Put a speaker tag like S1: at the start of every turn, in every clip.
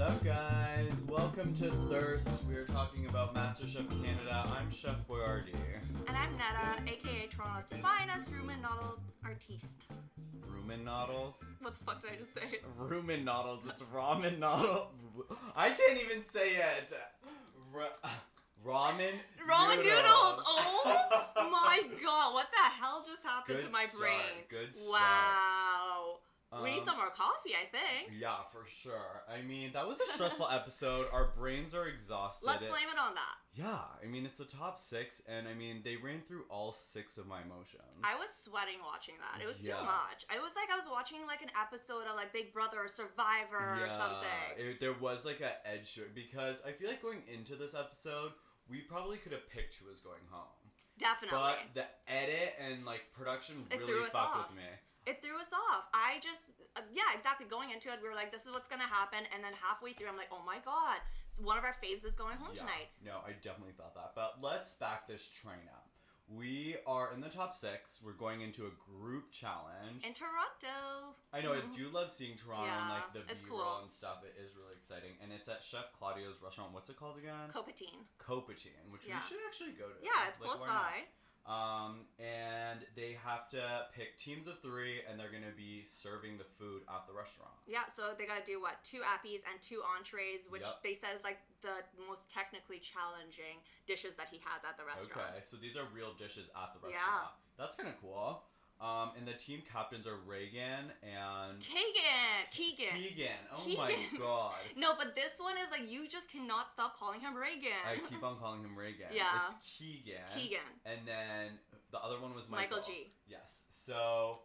S1: up, guys? Welcome to Thirst. We are talking about MasterChef Canada. I'm Chef Boyardee,
S2: And I'm Netta, aka Toronto's finest Rumen noddle artiste.
S1: Rumen noddles.
S2: What the fuck did I just say?
S1: Rumen noddles. It's ramen noddle. I can't even say it. Ra- ramen.
S2: Ramen noodles! Oh my god, what the hell just happened
S1: Good
S2: to my
S1: start,
S2: brain?
S1: good start.
S2: Wow. we need
S1: Um,
S2: some more coffee, I think.
S1: Yeah, for sure. I mean, that was a stressful episode. Our brains are exhausted.
S2: Let's blame it on that.
S1: Yeah, I mean, it's the top six, and I mean, they ran through all six of my emotions.
S2: I was sweating watching that. It was
S1: Yeah.
S2: too much. I was like I was watching like an episode of like Big Brother or Survivor or something.
S1: It, there was like a edge to it because I feel like going into this episode, we probably could have picked who was going home,
S2: Definitely.
S1: but the edit and like production
S2: It threw
S1: really
S2: us
S1: fucked
S2: off.
S1: with me.
S2: it threw us off. I just, uh, yeah, exactly. Going into it, we were like, this is what's gonna happen, and then halfway through, I'm like, oh my god, so one of our faves is going home
S1: Yeah.
S2: tonight.
S1: No, I definitely thought that. But let's back this train up. We are in the top six. We're going into a group challenge.
S2: In Toronto,
S1: I know I do love seeing Toronto
S2: Mm-hmm. Yeah,
S1: and like the
S2: it's
S1: B roll
S2: cool.
S1: and stuff. It is really exciting, and it's at Chef Claudio's restaurant. What's it called again?
S2: Copatine.
S1: Copatine, which
S2: Yeah.
S1: we should actually go to.
S2: Yeah, it's
S1: Like, why
S2: close
S1: not?
S2: by.
S1: Um, and they have to pick teams of three, and they're gonna be serving the food at the restaurant.
S2: Yeah, so they gotta do what? Two appies and two entrees, which
S1: Yep.
S2: they said is like the most technically challenging dishes that he has at the restaurant.
S1: Okay, so these are real dishes at the restaurant.
S2: Yeah.
S1: That's kind of cool. Um, and the team captains are Reagan and
S2: Kagan! Keegan!
S1: Keegan. Oh my
S2: Keegan.
S1: god.
S2: No, but this one is like, you just cannot stop calling him Reagan.
S1: I keep on calling him Reagan.
S2: Yeah.
S1: It's Keegan.
S2: Keegan.
S1: And then the other one was Michael.
S2: Michael G.
S1: Yes. So,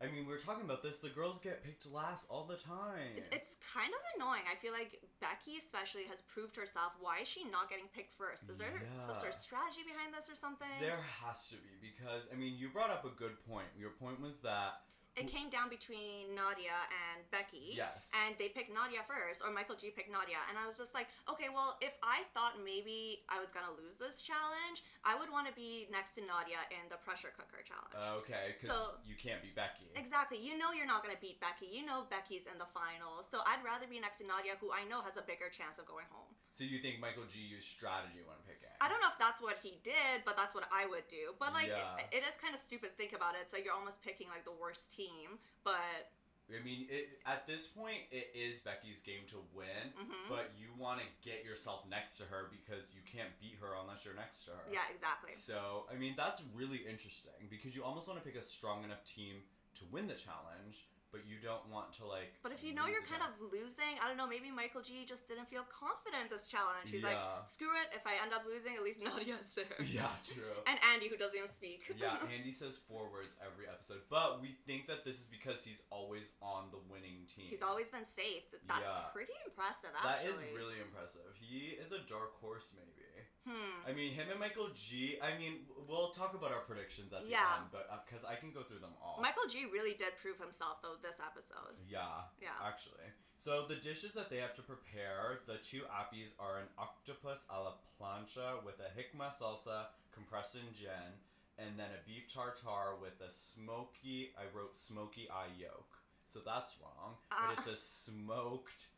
S1: I mean, we were talking about this. The girls get picked last all the time.
S2: It- It's kind of annoying. I feel like Becky, especially, has proved herself. Why is she not getting picked first? Is there some
S1: Yeah.
S2: sort of strategy behind this or something?
S1: There has to be because I mean you brought up a good point. Your point was that
S2: it came down between Nadia and Becky.
S1: Yes.
S2: And they picked Nadia first, or Michael G picked Nadia. And I was just like, okay, well, if I thought maybe I was going to lose this challenge, I would want to be next to Nadia in the pressure cooker challenge.
S1: Uh, okay, because
S2: So-
S1: you can't be Becky.
S2: Exactly. You know you're not going to beat Becky. You know Becky's in the finals. So I'd rather be next to Nadia, who I know has a bigger chance of going home.
S1: So you think Michael G used strategy when picking?
S2: I don't know if that's what he did, but that's what I would do. But like,
S1: Yeah.
S2: it, it is kind of stupid to think about it. It's like you're almost picking like the worst team, but
S1: I mean, it, at this point, it is Becky's game to win,
S2: Mm-hmm.
S1: but you want to get yourself next to her because you can't beat her unless you're next to her.
S2: yeah, exactly.
S1: So I mean, that's really interesting because you almost want to pick a strong enough team to win the challenge, but you don't want to like.
S2: But if you know
S1: lose
S2: you're
S1: a
S2: kind
S1: challenge.
S2: of losing, I don't know, maybe Michael G just didn't feel confident this challenge. He's
S1: Yeah.
S2: like, screw it. If I end up losing, at least Nadia's there.
S1: Yeah, true.
S2: And Andy, who doesn't even speak.
S1: yeah, Andy says four words every episode, but we think that this is because he's always on the winning team.
S2: He's always been safe. That's
S1: Yeah.
S2: pretty impressive,
S1: That
S2: actually.
S1: is really impressive. He is a dark horse, maybe.
S2: Hmm.
S1: I mean, him and Michael G. I mean, we'll talk about our predictions at the
S2: Yeah.
S1: end, but because I can go through them all.
S2: Michael G really did prove himself, though, this episode.
S1: yeah,
S2: Yeah.
S1: Actually, so the dishes that they have to prepare, the two appies are an octopus a la plancha with a jicama salsa, compressed in gin, and then a beef tartare with a smoky. I wrote smoky eye yolk, so that's wrong. but it's a smoked.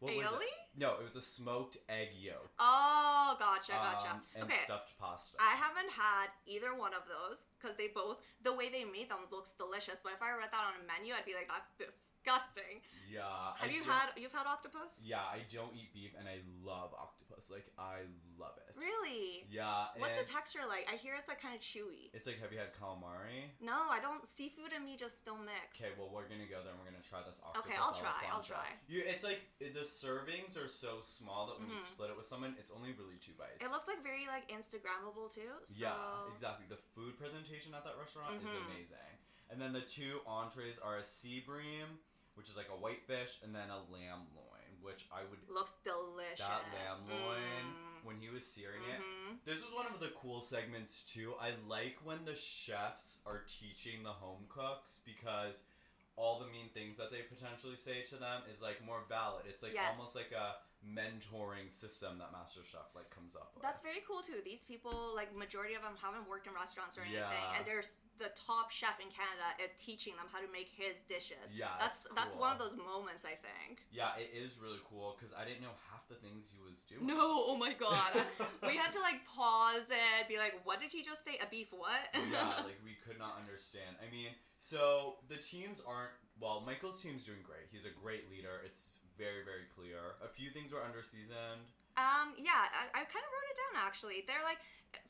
S1: What was
S2: Uh, Ah. Aioli?
S1: it? No, it was a smoked egg yolk.
S2: Oh, gotcha, gotcha.
S1: um, and
S2: okay.
S1: stuffed pasta.
S2: I haven't had either one of those because they both the way they made them looks delicious. But if I read that on a menu, I'd be like, "That's disgusting."
S1: yeah.
S2: Have
S1: I
S2: you
S1: don't-
S2: had you've had octopus?
S1: Yeah, I don't eat beef, and I love octopus. Like I love it.
S2: Really?
S1: Yeah.
S2: What's the
S1: and
S2: texture like? I hear it's like kind of chewy.
S1: It's like, have you had calamari?
S2: No, I don't. Seafood and me just don't mix.
S1: Okay, well we're gonna go there and we're gonna try this octopus.
S2: I'll
S1: a la
S2: try, I'll
S1: plancha.
S2: try.
S1: You, it's like the servings are so small that when you split it with someone, it's only really two bites.
S2: Mm-hmm. It looks like very like Instagrammable too. So. Mm-hmm.
S1: Yeah, exactly. The food presentation at that restaurant is amazing. And then the two entrees are a sea bream, which is like a whitefish, and then a lamb loin, which I would
S2: Looks delicious.
S1: that lamb loin
S2: Mm.
S1: when he was searing
S2: Mm-hmm.
S1: it. This was one of the cool segments too. I like when the chefs are teaching the home cooks because all the mean things that they potentially say to them is like more valid. It's like
S2: Yes.
S1: almost like a mentoring system that MasterChef like comes up with.
S2: That's very cool too. These people, like majority of them, haven't worked in restaurants or anything,
S1: Yeah.
S2: and there's the top chef in Canada is teaching them how to make his dishes.
S1: Yeah,
S2: that's
S1: it's
S2: that's one of
S1: cool.
S2: those moments I think.
S1: yeah, it is really cool because I didn't know half the things he was doing.
S2: No, oh my god, we had to like pause it, be like, what did he just say? A beef what?
S1: yeah, like we could not understand. I mean, so the teams aren't well, Michael's team's doing great. He's a great leader. It's very, very clear. A few things were under seasoned.
S2: Um, yeah, I, I kind of wrote it down actually. They're like,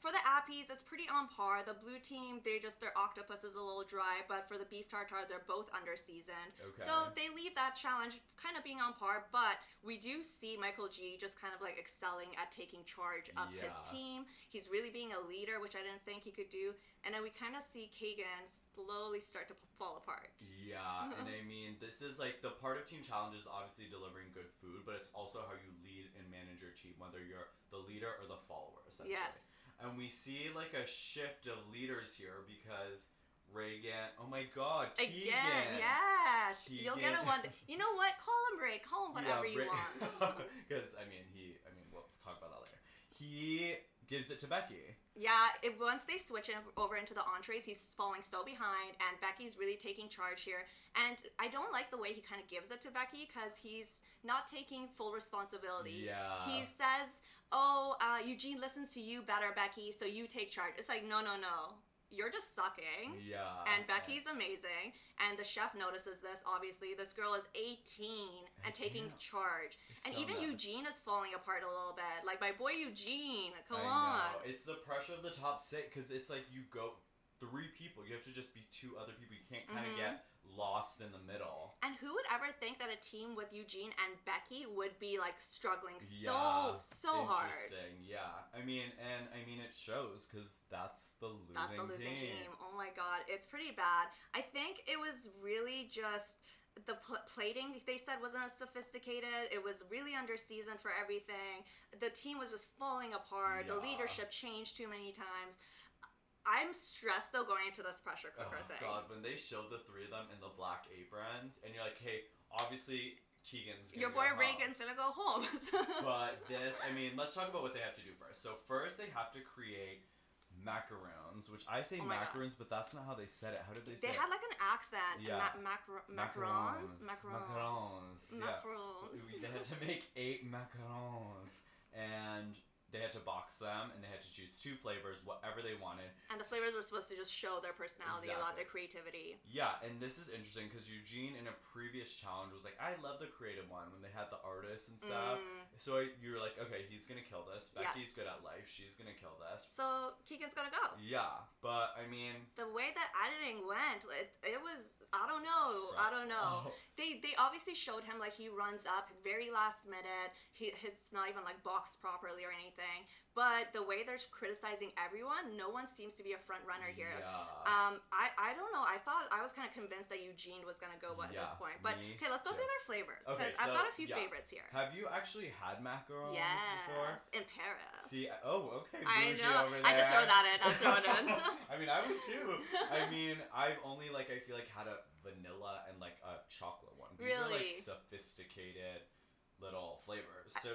S2: for the appies, it's pretty on par. The blue team, they just their octopus is a little dry, but for the beef tartare, they're both under seasoned.
S1: Okay.
S2: So they leave that challenge kind of being on par, but we do see Michael G just kind of like excelling at taking charge of his
S1: Yeah.
S2: team. He's really being a leader, which I didn't think he could do. And then we kind of see Kagan slowly start to p- fall apart.
S1: Yeah,
S2: Uh-huh.
S1: and I mean, this is like the part of team challenge is obviously delivering good food, but it's also how you lead and manage your team, whether you're the leader or the follower, essentially.
S2: Yes.
S1: And we see like a shift of leaders here because Reagan, oh my god,
S2: Again,
S1: Keegan.
S2: yes. You'll get a
S1: Keegan.
S2: one. You know what? Call him Ray. Call him whatever you want.
S1: Because, I mean, he, I mean, we'll talk about that later. He gives it to Becky.
S2: yeah, it, once they switch in, over into the entrees, he's falling so behind, and Becky's really taking charge here. And I don't like the way he kind of gives it to Becky because he's not taking full responsibility.
S1: Yeah.
S2: He says, Oh, uh, Eugene listens to you better, Becky, so you take charge. It's like, no, no, no. You're just sucking.
S1: yeah.
S2: And Becky's amazing, and the chef notices this. Obviously, this girl is 18
S1: I
S2: and taking
S1: can't.
S2: charge,
S1: It's
S2: and
S1: so
S2: even
S1: nuts.
S2: Eugene is falling apart a little bit. Like my boy Eugene, come
S1: I
S2: on.
S1: Know. It's the pressure of the top six because it's like you go three people. You have to just be two other people. You can't kind of
S2: Mhm.
S1: get lost in the middle.
S2: And who would ever think that a team with Eugene and Becky would be like struggling
S1: Yeah,
S2: so so hard?
S1: Interesting. Yeah. I mean, and I mean, it shows because that's the losing,
S2: That's the losing team. Oh my god, it's pretty bad. I think it was really just the pl- plating they said wasn't as sophisticated. It was really under season for everything. The team was just falling apart. The
S1: Yeah.
S2: leadership changed too many times. I'm stressed though going into this pressure
S1: Oh
S2: cooker thing.
S1: God! When they showed the three of them in the black aprons, and you're like, "Hey, obviously Keegan's gonna
S2: Your
S1: go
S2: boy
S1: home.
S2: Reagan's gonna go home.
S1: But this, I mean, let's talk about what they have to do first. So first, they have to create macarons, which I say
S2: Oh my God.
S1: macarons, but that's not how they said it. How did they, say
S2: they
S1: it?
S2: had like an accent.
S1: Yeah.
S2: Ma- macro- macarons.
S1: Macarons.
S2: Macarons.
S1: Yeah.
S2: Macarons.
S1: They had to make eight macarons, and they had to box them, and they had to choose two flavors, whatever they wanted.
S2: and the flavors were supposed to just show their personality a lot, their creativity.
S1: Yeah, and this is interesting because Eugene in a previous challenge was like, "I love the creative one when they had the artists and stuff."
S2: Mm.
S1: So you're like, "Okay, he's gonna kill this.
S2: Yes.
S1: Becky's good at life. She's gonna kill this."
S2: So Keegan's gonna go.
S1: Yeah, but I mean,
S2: The way that editing went, it, it was I don't know, Oh, I
S1: stressful.
S2: don't know. They they obviously showed him like he runs up very last minute. He it's not even like boxed properly or anything. But the way they're criticizing everyone, no one seems to be a front runner here.
S1: Yeah.
S2: Um, I, I don't know. I thought I was kind of convinced that Eugene was gonna go at this
S1: Yeah,
S2: point, but
S1: me
S2: okay, let's go
S1: too.
S2: through their flavors because
S1: Okay,
S2: I've
S1: so,
S2: got a few
S1: yeah.
S2: favorites here.
S1: Have you actually had macarons
S2: Yes,
S1: before?
S2: in Paris.
S1: See, oh, okay.
S2: I
S1: bougie
S2: know.
S1: Over there.
S2: I had to throw that in. I threw it in.
S1: I mean, I would too. I mean, I've only like I feel like had a vanilla and like a chocolate one. These are like
S2: Really?
S1: sophisticated little flavors. So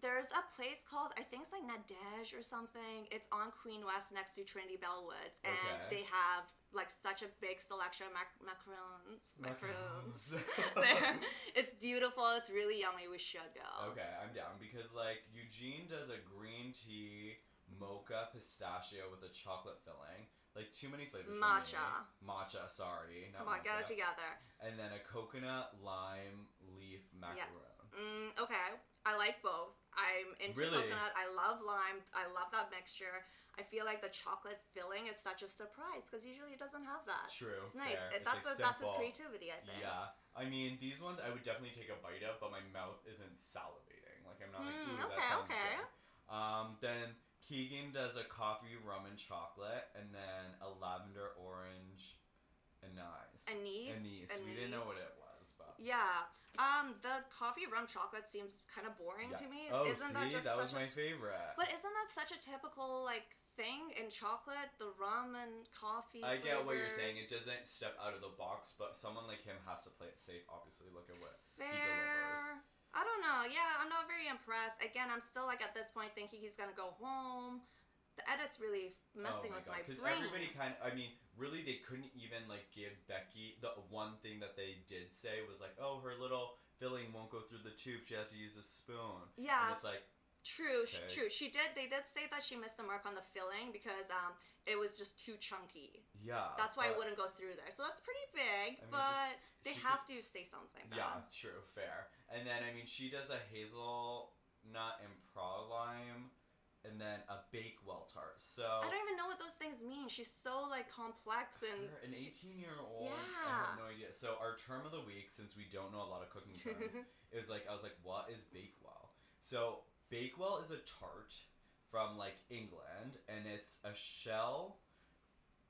S2: There's a place called I think it's like Nadej or something. It's on Queen West next to Trinity Bellwoods, and
S1: Okay.
S2: they have like such a big selection of mac- macarons. Macarons. there.
S1: macarons.
S2: It's beautiful. It's really yummy. We should go.
S1: okay, I'm down because like Eugene does a green tea mocha pistachio with a chocolate filling. Like too many flavors.
S2: Matcha.
S1: For me. Matcha. Sorry. Not
S2: Come on, get
S1: mocha.
S2: it together.
S1: And then a coconut lime leaf macaron.
S2: Yes. Mm, okay. I like both. I'm into
S1: Really?
S2: coconut. I love lime. I love that mixture. I feel like the chocolate filling is such a surprise because usually it doesn't have that.
S1: True.
S2: It's nice.
S1: fair.
S2: It- that's
S1: like,
S2: a, that's his
S1: simple.
S2: creativity, I think.
S1: Yeah. I mean, these ones I would definitely take a bite of, but my mouth isn't salivating. Like, I'm not like,
S2: Mm,
S1: ooh, that
S2: okay,
S1: sounds
S2: okay.
S1: good. Um, then Keegan does a coffee, rum, and chocolate, and then a lavender, orange, anise.
S2: Anise.
S1: Anise. We didn't know what
S2: anise.
S1: it was, but.
S2: Yeah. Um, the coffee rum chocolate seems kind of boring
S1: Yeah.
S2: to me.
S1: Oh,
S2: isn't
S1: see?
S2: that just
S1: was
S2: such a,
S1: my favorite.
S2: But isn't that such a typical like thing in chocolate? The rum and coffee.
S1: I get what you're saying. It
S2: flavors?
S1: doesn't step out of the box, but someone like him has to play it safe, obviously. Look at what.
S2: Fair.
S1: delivers.
S2: I don't know. Yeah, I'm not very impressed. Again, I'm still like at this point thinking he's gonna go home. The edit's really
S1: Oh
S2: messing with my
S1: Because
S2: brain.
S1: everybody kind of, I mean, really, they couldn't even like give Becky the one thing that they did say was like, oh, her little filling won't go through the tube. She had to use a spoon. And
S2: yeah,
S1: it's like,
S2: true, sh
S1: okay.
S2: true. She did. They did say that she missed the mark on the filling because um, it was just too chunky.
S1: yeah.
S2: That's
S1: Uh, but-
S2: why it wouldn't go through there. So that's pretty
S1: I
S2: big,
S1: mean,
S2: but
S1: just-
S2: they
S1: she
S2: have to say something.
S1: Could,
S2: Bad.
S1: yeah, true, fair. And then I mean, she does a hazelnut and prawn lime, and then a bakewell tart. So
S2: I don't even know what those things mean. She's so like complex and
S1: for an
S2: she-
S1: eighteen-year-old, I
S2: Yeah.
S1: have no idea. So our term of the week, since we don't know a lot of cooking terms, it was like I was like, what is Bakewell? So Bakewell is a tart from like England, and it's a shell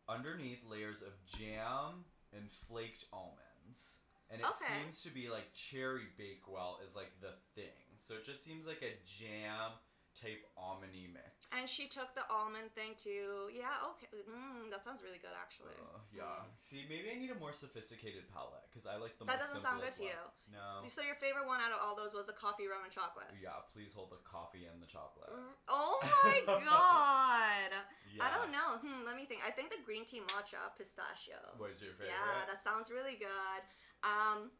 S1: underneath layers of jam and flaked almonds, and it
S2: Okay.
S1: seems to be like cherry Bakewell is like the thing. So it just seems like a jam type almondy mix.
S2: and she took the almond thing too. Yeah, okay. Mm, that sounds really good actually.
S1: Uh, yeah. See, maybe I need a more sophisticated palette because I like the
S2: Mm. that
S1: more
S2: doesn't sound good
S1: simplest
S2: to you.
S1: one. Oh. No.
S2: So your favorite one out of all those was the coffee, rum, and chocolate.
S1: Yeah, please hold the coffee and the chocolate.
S2: Oh my god!
S1: Yeah.
S2: I don't know. Hmm, let me think. I think the green tea matcha pistachio.
S1: What is your favorite?
S2: Yeah, that sounds really good. Um,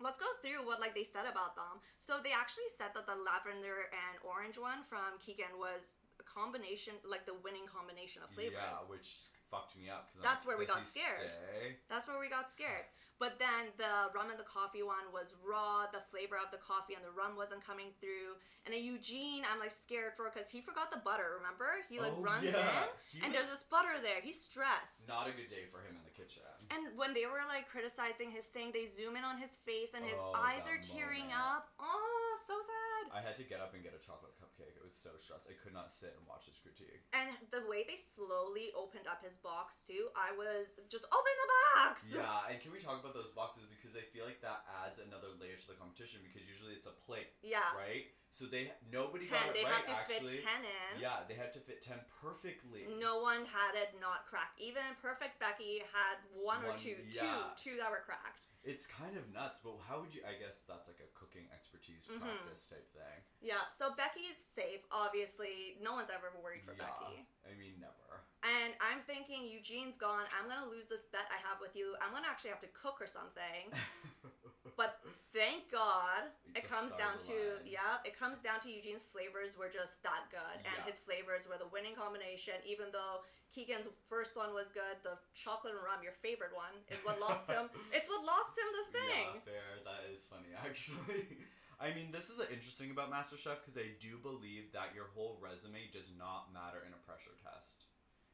S2: let's go through what like they said about them. So they actually said that the lavender and orange one from Keegan was a combination, like the winning combination of flavors.
S1: Yeah, which fucked me up because
S2: That's where we got
S1: he
S2: scared.
S1: Stay?
S2: That's where we got scared. But then the rum and the coffee one was raw. The flavor of the coffee and the rum wasn't coming through. And then Eugene, I'm like scared for because he forgot the butter. Remember, he like
S1: Oh,
S2: runs
S1: yeah.
S2: in
S1: He was
S2: and there's this butter there. He's stressed.
S1: not a good day for him in the kitchen.
S2: And when they were like criticizing his thing, they zoom in on his face and his
S1: Oh,
S2: eyes
S1: that
S2: are tearing
S1: moment.
S2: up. Oh, so sad.
S1: I had to get up and get a chocolate cupcake. It was so stressed. I could not sit and watch his critique.
S2: And the way they slowly opened up his box too, I was just open the box.
S1: Yeah, and can we talk about those boxes because I feel like that adds another layer to the competition because usually it's a plate,
S2: Yeah.
S1: right? So they nobody
S2: Ten.
S1: got it
S2: They
S1: right
S2: have to
S1: actually.
S2: fit ten in.
S1: Yeah, they had to fit ten perfectly.
S2: No one had it not cracked. Even perfect Becky had one, or
S1: One-
S2: two,
S1: yeah.
S2: two, two that were cracked.
S1: It's kind of nuts, but how would you? I guess that's like a cooking expertise
S2: Mhm.
S1: practice type thing.
S2: Yeah. So Becky is safe. Obviously, no one's ever worried for
S1: yeah,
S2: Becky.
S1: I mean never.
S2: And I'm thinking Eugene's gone. I'm gonna lose this bet I have with you. I'm gonna actually have to cook or something. But thank God it
S1: The
S2: comes
S1: stars
S2: down to
S1: aligned.
S2: yeah, it comes down to Eugene's flavors were just that good, and
S1: Yeah.
S2: his flavors were the winning combination. Even though Keegan's first one was good, the chocolate and rum, your favorite one, is what lost him. It's what lost him the thing.
S1: Yeah, fair. That is funny, actually. I mean, this is the interesting about MasterChef because I do believe that your whole resume does not matter in a pressure test,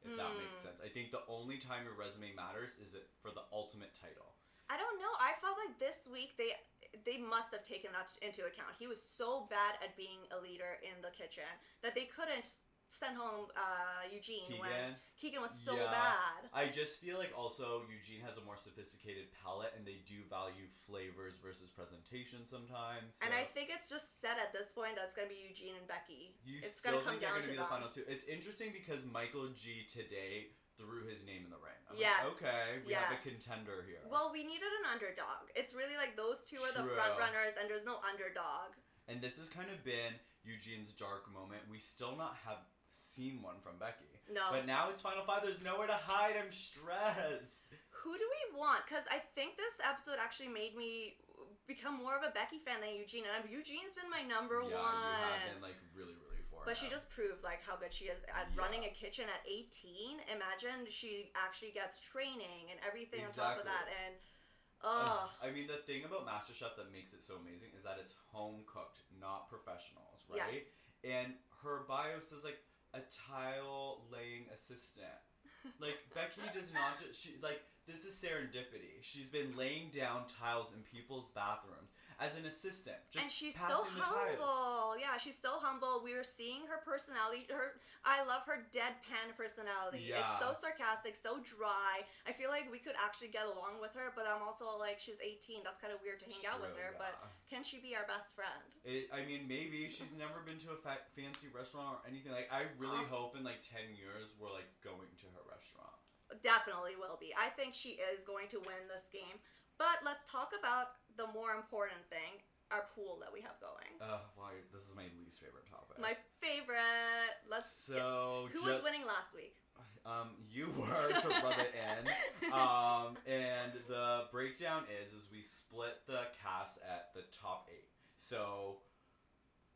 S1: if that makes
S2: Hmm.
S1: sense. I think the only time your resume matters is it for the ultimate title.
S2: I don't know. I felt like this week they they must have taken that into account. He was so bad at being a leader in the kitchen that they couldn't send home uh, Eugene when
S1: Keegan,
S2: Keegan was so
S1: Yeah.
S2: bad.
S1: I just feel like also Eugene has a more sophisticated palette, and they do value flavors versus presentation sometimes.
S2: And
S1: so-
S2: I think it's just set at this point that it's gonna be Eugene and Becky.
S1: You
S2: it's
S1: still
S2: gonna come
S1: think they're
S2: down
S1: going to
S2: to
S1: be the
S2: them.
S1: final two? It's interesting because Michael G today threw his name in the ring. I'm like,
S2: Yes.
S1: okay, we have
S2: Yes.
S1: a contender here.
S2: Well, we needed an underdog. It's really like those two are the
S1: True.
S2: front runners, and there's no underdog.
S1: and this has kind of been Eugene's dark moment. We still not have seen one from Becky.
S2: No.
S1: But now it's Final Five. There's nowhere to hide. I'm stressed.
S2: Who do we want? Because I think this episode actually made me become more of a Becky fan than Eugene, and Eugene's been my number
S1: yeah, you
S2: one.
S1: have been like really, really for
S2: But she
S1: him.
S2: just proved like how good she is at
S1: Yeah.
S2: running a kitchen at 18. Imagine she actually gets training and everything on top
S1: Exactly.
S2: of that. And
S1: Ugh,
S2: oh,
S1: I mean, the thing about MasterChef that makes it so amazing is that it's home cooked, not professionals, right?
S2: yes.
S1: and her bio says like a tile laying assistant. Like Becky does not do- she like this is serendipity. She's been laying down tiles in people's bathrooms as an assistant. Just
S2: and she's so
S1: passing the tiles.
S2: humble. Yeah, she's so humble. We are seeing her personality. Her, I love her deadpan personality. It's
S1: Yeah.
S2: so sarcastic, so dry. I feel like we could actually get along with her, but I'm also like, she's 18. That's kind of weird to hang out with
S1: True,
S2: her. But
S1: yeah.
S2: can she be our best friend?
S1: It, I mean, maybe she's never been to a fa- fancy restaurant or anything. Like, I really hope
S2: Oh.
S1: in like ten years we're like going to her restaurant.
S2: Definitely will be. I think she is going to win this game. But let's talk about the more important thing. our pool that we have going.
S1: Oh, wow, this is my least favorite topic.
S2: My favorite. Let's.
S1: so
S2: who
S1: just
S2: was winning last week?
S1: um, you were to rub it in. um, and the breakdown is is we split the cast at the top eight. So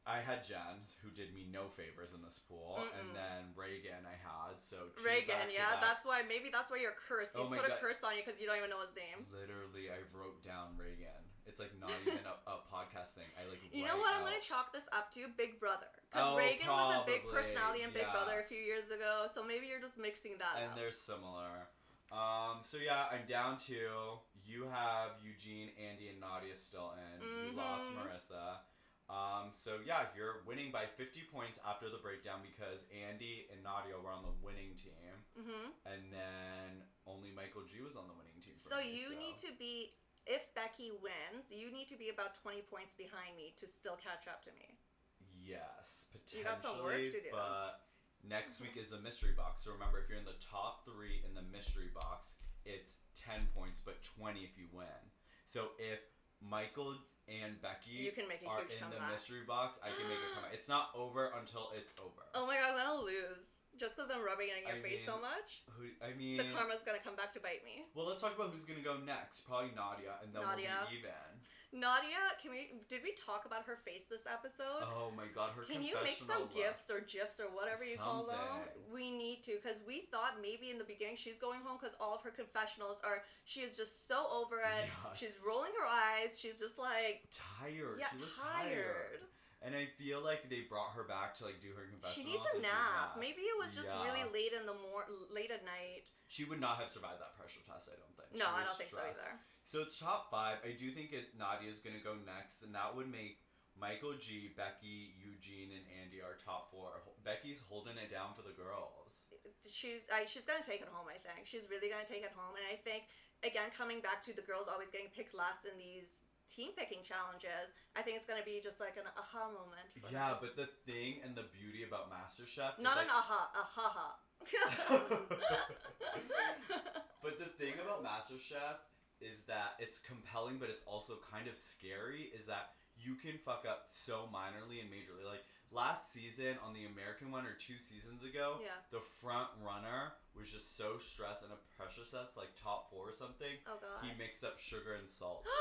S1: I had Jen, who did me no favors in this pool,
S2: Mm-mm.
S1: and then Reagan I had. So two back
S2: Reagan,
S1: to
S2: yeah,
S1: back.
S2: that's why maybe that's why you're cursed.
S1: Oh my
S2: He's put a
S1: God.
S2: curse on you because you don't even know his name.
S1: literally I wrote down Reagan. It's like not even a, a podcast thing. I like.
S2: You
S1: write
S2: know what? I'm
S1: out-
S2: gonna chalk this up to Big Brother
S1: Oh,
S2: because Reagan was a big
S1: probably,
S2: personality in Big
S1: yeah.
S2: Brother a few years ago. So maybe you're just mixing that
S1: and
S2: up.
S1: they're similar. Um, so yeah, I'm down to you have Eugene, Andy, and Nadia still in. You lost
S2: Mhm.
S1: Marissa. Um, so yeah, you're winning by 50 points after the breakdown because Andy and Nadia were on the winning team,
S2: hmm
S1: and then only Michael G was on the winning team. for
S2: So
S1: me,
S2: you need to be. If Becky wins, you need to be about 20 points behind me to still catch up to me.
S1: Yes, potentially.
S2: You got some work to do.
S1: But next week is the mystery box. So remember, if you're in the top three in the mystery box, it's 10 points, but 20 if you win. So if Michael and Becky
S2: You can make a
S1: are
S2: huge
S1: in the
S2: comeback.
S1: mystery box, I can make a comeback. It's not over until it's over.
S2: Oh my god, I'm gonna lose just because I'm rubbing it in your
S1: I
S2: face so
S1: mean,
S2: much.
S1: Who, I mean,
S2: The karma's gonna come back to bite me.
S1: well, let's talk about who's going to go next. Probably Nadia, and then
S2: Nadia.
S1: we'll be even.
S2: Nadia, can we? Did we talk about her face this episode?
S1: Oh my god, her
S2: Can you make
S1: confessional
S2: some
S1: look.
S2: gifs or gifs or whatever you call them?
S1: Something.
S2: We need to because we thought maybe in the beginning she's going home because all of her confessionals are she is just so over it.
S1: Yeah.
S2: She's rolling her eyes. She's just like
S1: Tired.
S2: yeah,
S1: she looked
S2: tired.
S1: tired. And I feel like they brought her back to like do her confessional.
S2: She needs a nap. Maybe it was just really
S1: Yeah.
S2: late in the mor- late at night.
S1: She would not have survived that pressure test. I don't think.
S2: No,
S1: She
S2: I
S1: was
S2: don't think
S1: stressed.
S2: so either.
S1: So it's top five. I do think it, Nadia's gonna go next, and that would make Michael G, Becky, Eugene, and Andy our top four. Ho- Becky's holding it down for the girls.
S2: she's I, she's gonna take it home. I think she's really gonna take it home, and I think again coming back to the girls always getting picked last in these team picking challenges. I think it's gonna be just like an aha moment. for her.
S1: Yeah, but the thing and the beauty about MasterChef. is,
S2: not
S1: like,
S2: an aha, a ha ha.
S1: But the thing about MasterChef is that it's compelling, but it's also kind of scary. Is that you can fuck up so minorly and majorly. Like last season on the American one or two seasons ago,
S2: yeah.
S1: the front runner was just so stressed and a pressure test, like top four or something.
S2: Oh god.
S1: He mixed up sugar and salt,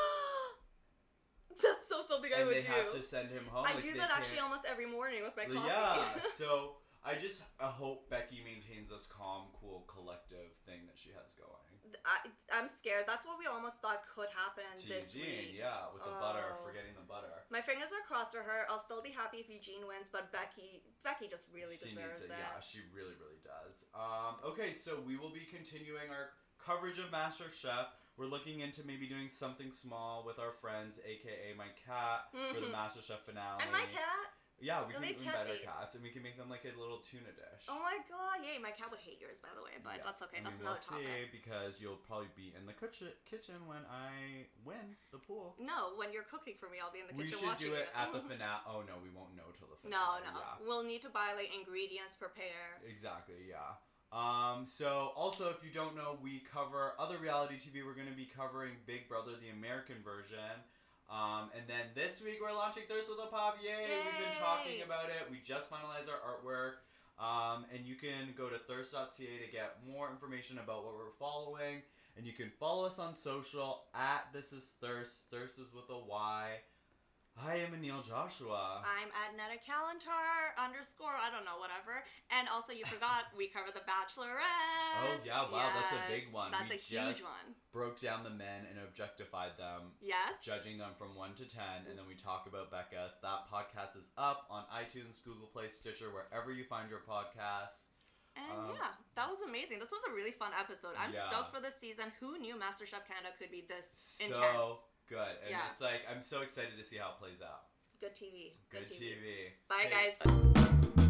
S2: That's so something I
S1: and
S2: would
S1: they have
S2: do.
S1: to send him home.
S2: I
S1: like,
S2: do
S1: they
S2: that actually
S1: can't-
S2: almost every morning with my coffee.
S1: Yeah, so. I just I hope Becky maintains this calm, cool, collective thing that she has going.
S2: I, I'm scared. That's what we almost thought could happen
S1: to
S2: this
S1: Eugene,
S2: week.
S1: yeah, with the butter,
S2: Oh.
S1: forgetting the butter.
S2: My fingers are crossed for her. I'll still be happy if Eugene wins, but Becky, Becky just really
S1: she
S2: deserves
S1: needs
S2: it.
S1: it. Yeah, she really, really does. Um, okay, so we will be continuing our coverage of Master Chef. We're looking into maybe doing something small with our friends, aka my cat, for the
S2: Mhm.
S1: Master Chef finale.
S2: And my cat.
S1: Yeah, we can
S2: Are they
S1: even better
S2: cat-y?
S1: cats, and we can make them like a little tuna dish.
S2: Oh my god! Yay, my cat would hate yours, by the way, but
S1: Yeah.
S2: that's okay.
S1: I
S2: That's
S1: mean,
S2: another
S1: we'll
S2: topic.
S1: see because you'll probably be in the kitchen kitchen when I win the pool.
S2: No, when you're cooking for me, I'll be in the
S1: we
S2: kitchen
S1: should
S2: watching
S1: do it at the finale. Oh no, we won't know till the
S2: No,
S1: finale.
S2: no.
S1: Oh, yeah.
S2: We'll need to buy like ingredients, prepare.
S1: Exactly, yeah. Um, so also if you don't know, we cover other reality TV. We're gonna be covering Big Brother, the American version. Um, and then this week we're launching Thirst with a Pop. Yay! We've been talking
S2: Yay!
S1: about it. We just finalized our artwork. Um, and you can go to thirst.ca to get more information about what we're following. And you can follow us on social at This Is Thirst. Thirst is with a Y. I am Anil Joshua.
S2: I'm at Netta Calentar underscore, I don't know, whatever. And also, you forgot we cover The Bachelorette.
S1: Oh, yeah, wow, that's a big
S2: Yes,
S1: one.
S2: That's
S1: We
S2: a huge
S1: just-
S2: one.
S1: Broke down the men and objectified them.
S2: Yes.
S1: judging them from 1 to 10 and then we talk about becca that podcast is up on itunes google play stitcher wherever you find your podcasts
S2: And
S1: Um,
S2: yeah, that was amazing. This was a really fun episode. I'm
S1: Yeah.
S2: stoked for this season. Who knew MasterChef Canada could be this
S1: so
S2: intense?
S1: good and
S2: Yeah.
S1: it's like i'm so excited to see how it plays out
S2: Good TV.
S1: good, tv,
S2: Bye,
S1: Hey,
S2: guys.